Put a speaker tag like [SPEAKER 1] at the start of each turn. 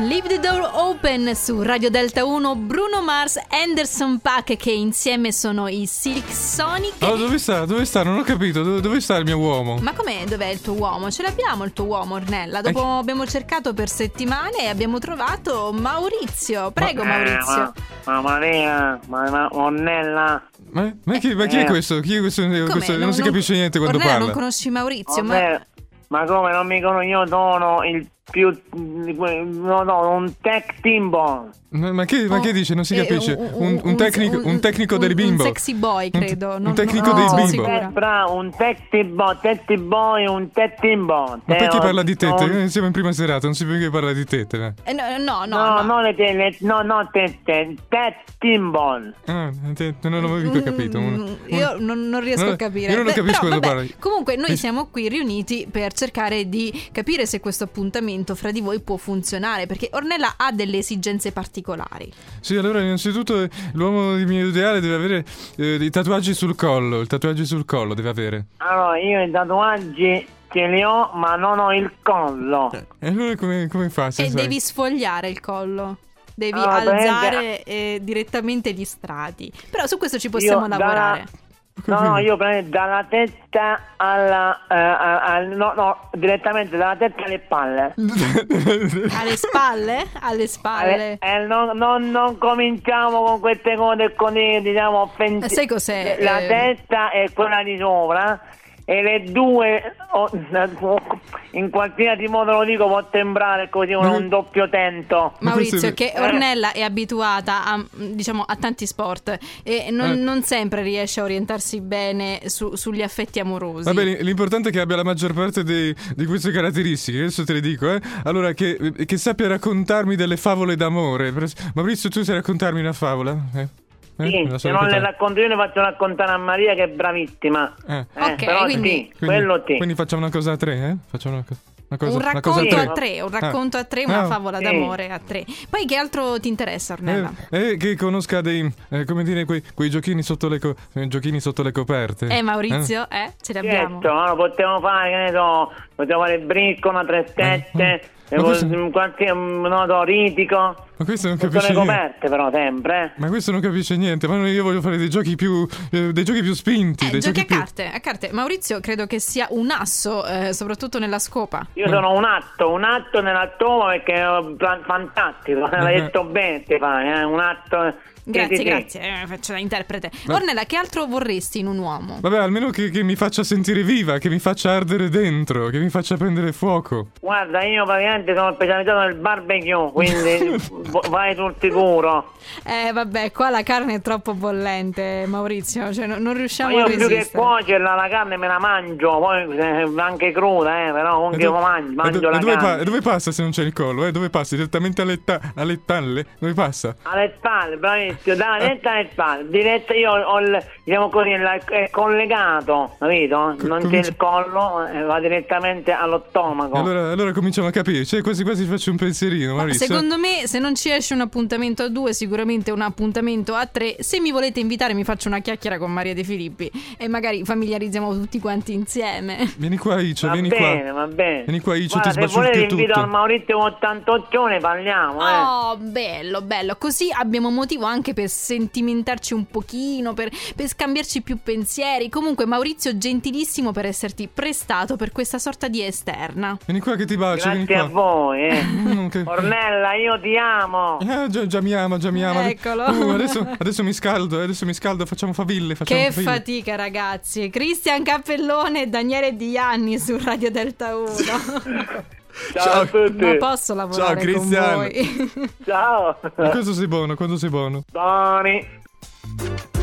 [SPEAKER 1] Leave the Door Open su Radio Delta 1 Bruno Mars, Anderson Pack che insieme sono i Silk Sonic
[SPEAKER 2] Allora, dove sta? Dove sta? Non ho capito. Dove, dove sta il mio uomo?
[SPEAKER 1] Ma com'è? Dov'è il tuo uomo? Ce l'abbiamo il tuo uomo, Ornella. Dopo
[SPEAKER 2] Eh.
[SPEAKER 1] abbiamo cercato per settimane e abbiamo trovato Maurizio. Prego, Ecco Maurizio.
[SPEAKER 3] Eh, ma, ma Maria, ma, ma Onnella,
[SPEAKER 2] Ma, ma chi, ma chi è
[SPEAKER 3] Eh.
[SPEAKER 2] questo? Chi è questo? questo- non, si capisce niente quando
[SPEAKER 1] Ornella, non
[SPEAKER 2] parla.
[SPEAKER 1] conosci Maurizio, ma
[SPEAKER 3] Vabbè, ma... come non mi conosco io il più no no un tech timbon
[SPEAKER 2] Ma, ma che, ma che dice? Non si
[SPEAKER 1] Eh,
[SPEAKER 2] capisce. Un, un tecnico, un, tecnico
[SPEAKER 1] un-
[SPEAKER 2] del bimbo.
[SPEAKER 1] Un sexy boy, credo.
[SPEAKER 2] Un,
[SPEAKER 1] non-
[SPEAKER 2] tecnico
[SPEAKER 1] non
[SPEAKER 2] dei
[SPEAKER 1] sono
[SPEAKER 2] bimbo.
[SPEAKER 1] sicura.
[SPEAKER 3] Eh, fra un tech timbon tech timbon un tech timbon
[SPEAKER 2] Ma perché
[SPEAKER 3] Eh,
[SPEAKER 2] parla di tette?
[SPEAKER 3] non-
[SPEAKER 2] Eh, Siamo in prima serata, non si può che parla di tette. eh.
[SPEAKER 1] Eh, no, no,
[SPEAKER 3] no
[SPEAKER 1] no.
[SPEAKER 3] non le te- le- no no te- te- tech timbon
[SPEAKER 2] Ah, te- non l'avevo mica capito. Un- un-
[SPEAKER 1] Mm, Io non, non riesco
[SPEAKER 2] Non-
[SPEAKER 1] a capire.
[SPEAKER 2] io non lo
[SPEAKER 1] Beh,
[SPEAKER 2] capisco
[SPEAKER 1] però,
[SPEAKER 2] quando
[SPEAKER 1] vabbè,
[SPEAKER 2] parli.
[SPEAKER 1] Comunque, noi
[SPEAKER 2] Mi-
[SPEAKER 1] siamo qui riuniti per cercare di capire se questo appuntamento fra di voi può funzionare. Perché Ornella ha delle esigenze particolari.
[SPEAKER 2] Sì, allora innanzitutto eh, l'uomo di mio ideale deve avere eh, dei tatuaggi sul collo, il tatuaggio sul collo deve avere.
[SPEAKER 3] allora io i tatuaggi ce li ho ma non ho il collo
[SPEAKER 2] E allora Eh, come, come fa? se
[SPEAKER 1] e
[SPEAKER 2] sai?
[SPEAKER 1] devi sfogliare il collo. Devi
[SPEAKER 3] Ah, beh,
[SPEAKER 1] alzare eh, direttamente gli strati. Però su questo ci possiamo
[SPEAKER 3] Io da-
[SPEAKER 1] lavorare.
[SPEAKER 3] No, no, io prendo dalla testa alla... eh, a- al- no, no, direttamente dalla testa alle palle.
[SPEAKER 1] Alle spalle? Alle spalle.
[SPEAKER 3] Alle- eh, non, non- non cominciamo con queste cose con i, diciamo, offensive.
[SPEAKER 1] Eh, sai cos'è?
[SPEAKER 3] La
[SPEAKER 1] Eh,
[SPEAKER 3] testa è quella di sopra e le due, o- in qualsiasi modo lo dico, può sembrare così un,
[SPEAKER 2] Ma-
[SPEAKER 3] un doppio tento.
[SPEAKER 2] Ma
[SPEAKER 1] Maurizio,
[SPEAKER 2] questo-
[SPEAKER 1] che
[SPEAKER 3] eh.
[SPEAKER 1] Ornella è abituata a, mh, diciamo, a tanti sport e non,
[SPEAKER 2] Eh.
[SPEAKER 1] non sempre riesce a orientarsi bene su- sugli affetti amorosi.
[SPEAKER 2] Va bene, l'importante è che abbia la maggior parte dei- di queste caratteristiche, adesso te le dico, eh. Allora, che, che sappia raccontarmi delle favole d'amore. Per es- Maurizio, tu sai raccontarmi una favola? Eh? Eh?
[SPEAKER 3] Sì,
[SPEAKER 2] Me la
[SPEAKER 3] se
[SPEAKER 2] sai
[SPEAKER 3] non le
[SPEAKER 2] raccontare?
[SPEAKER 3] racconto io le faccio raccontare a Maria che è bravissima.
[SPEAKER 2] Eh.
[SPEAKER 3] Eh,
[SPEAKER 1] Ok,
[SPEAKER 3] però
[SPEAKER 1] quindi-
[SPEAKER 3] sì,
[SPEAKER 2] Quindi,
[SPEAKER 3] quello sì.
[SPEAKER 2] Quindi facciamo una cosa a tre, eh? Facciamo una, co- una cosa,
[SPEAKER 1] Un
[SPEAKER 2] una cosa
[SPEAKER 1] racconto a tre, un racconto a tre, una
[SPEAKER 2] Ah.
[SPEAKER 1] favola
[SPEAKER 3] Sì.
[SPEAKER 1] d'amore a tre. Poi che altro ti interessa, Ornella?
[SPEAKER 2] Eh, eh, che conosca dei, eh, come dire, quei, quei giochini, sotto le co- eh, giochini sotto le coperte.
[SPEAKER 1] Eh, Maurizio, eh, ce li abbiamo.
[SPEAKER 3] Certo, allora potevamo fare, che ne so, potevamo fare il bricco, una trestette,
[SPEAKER 2] Eh, ma questo-
[SPEAKER 3] qualche, non so, ritico.
[SPEAKER 2] Ma questo non
[SPEAKER 3] Sotto
[SPEAKER 2] capisce
[SPEAKER 3] le
[SPEAKER 2] niente.
[SPEAKER 3] coperte però sempre, eh.
[SPEAKER 2] Ma questo non capisce niente, ma io voglio fare dei giochi più, eh, dei giochi più spinti.
[SPEAKER 1] Eh,
[SPEAKER 2] dei
[SPEAKER 1] giochi a
[SPEAKER 2] più-
[SPEAKER 1] carte, a carte. Maurizio credo che sia un asso, eh, soprattutto nella scopa.
[SPEAKER 3] Io sono un atto, un atto nella toma perché è fa- fantastico,
[SPEAKER 2] Eh,
[SPEAKER 3] l'hai detto bene Stefano, eh, un atto... sì,
[SPEAKER 1] Grazie,
[SPEAKER 3] sì, sì.
[SPEAKER 1] grazie, eh, faccio da interprete.
[SPEAKER 2] Ma-
[SPEAKER 1] Ornella, che altro vorresti in un uomo?
[SPEAKER 2] Vabbè, almeno che, che mi faccia sentire viva, che mi faccia ardere dentro, che mi faccia prendere fuoco.
[SPEAKER 3] Guarda, io praticamente sono specializzato nel barbecue, quindi v- vai sul sicuro.
[SPEAKER 1] Eh, vabbè, qua la carne è troppo bollente, Maurizio. Cioè, no- non
[SPEAKER 3] Ma
[SPEAKER 1] riusciamo
[SPEAKER 3] io
[SPEAKER 1] a
[SPEAKER 3] più
[SPEAKER 1] resistere.
[SPEAKER 3] che cuocerla la carne me la mangio, poi eh, anche cruda, eh, però comunque io
[SPEAKER 2] do-
[SPEAKER 3] mangio,
[SPEAKER 2] e do-
[SPEAKER 3] mangio
[SPEAKER 2] e
[SPEAKER 3] la
[SPEAKER 2] dove,
[SPEAKER 3] carne.
[SPEAKER 2] pa- e dove passa se non c'è il collo? Eh? Dove passa? Direttamente alle, ta- alle talle? Dove passa?
[SPEAKER 3] Alle spalle, bravissimo, dalla testa alle spalle, diretta io ho il, diciamo così, la- è collegato, capito? Non c'è
[SPEAKER 2] comincia-
[SPEAKER 3] il collo, eh, va direttamente allo stomaco.
[SPEAKER 2] Allora, allora cominciamo a capire. Cioè, quasi quasi ci faccio un pensierino,
[SPEAKER 1] Ma
[SPEAKER 2] Maurizio.
[SPEAKER 1] Secondo me, se non ci esce un appuntamento a due, sicuramente un appuntamento a tre. Se mi volete invitare, mi faccio una chiacchiera con Maria De Filippi e magari familiarizziamo tutti quanti insieme.
[SPEAKER 2] Vieni qua, Icio,
[SPEAKER 3] va
[SPEAKER 2] cioè, vieni
[SPEAKER 3] bene,
[SPEAKER 2] qua.
[SPEAKER 3] va bene.
[SPEAKER 2] Vieni qua, Icio,
[SPEAKER 3] Guarda,
[SPEAKER 2] ti sbaccio
[SPEAKER 3] Se volete
[SPEAKER 2] anche
[SPEAKER 3] invito
[SPEAKER 2] tutto.
[SPEAKER 3] al Maurizio 88 parliamo, eh.
[SPEAKER 1] Oh, bello, bello. Così abbiamo motivo anche per sentimentarci un pochino, per, per scambiarci più pensieri. Comunque, Maurizio, gentilissimo per esserti prestato per questa sorta di esterna.
[SPEAKER 2] Vieni qua che ti bacio,
[SPEAKER 3] Grazie a
[SPEAKER 2] vieni qua.
[SPEAKER 3] voi, eh.
[SPEAKER 2] Mm, che-
[SPEAKER 3] Ornella, io ti amo.
[SPEAKER 2] Ah, già, già mi ama, già mi ama.
[SPEAKER 1] Eccolo.
[SPEAKER 2] Uh, adesso, adesso mi scaldo, eh, adesso mi scaldo, facciamo faville. Facciamo
[SPEAKER 1] Che
[SPEAKER 2] faville.
[SPEAKER 1] fatica, ragazzi. Cristian Cappellone e Daniele Dianni su Radio Delta 1.
[SPEAKER 3] Ciao,
[SPEAKER 2] Ciao.
[SPEAKER 3] a tutti.
[SPEAKER 1] Ma posso lavorare
[SPEAKER 2] Ciao,
[SPEAKER 1] con
[SPEAKER 2] Cristian.
[SPEAKER 1] voi?
[SPEAKER 3] Ciao.
[SPEAKER 2] Ma quando sei buono, quando sei buono.
[SPEAKER 3] Buoni.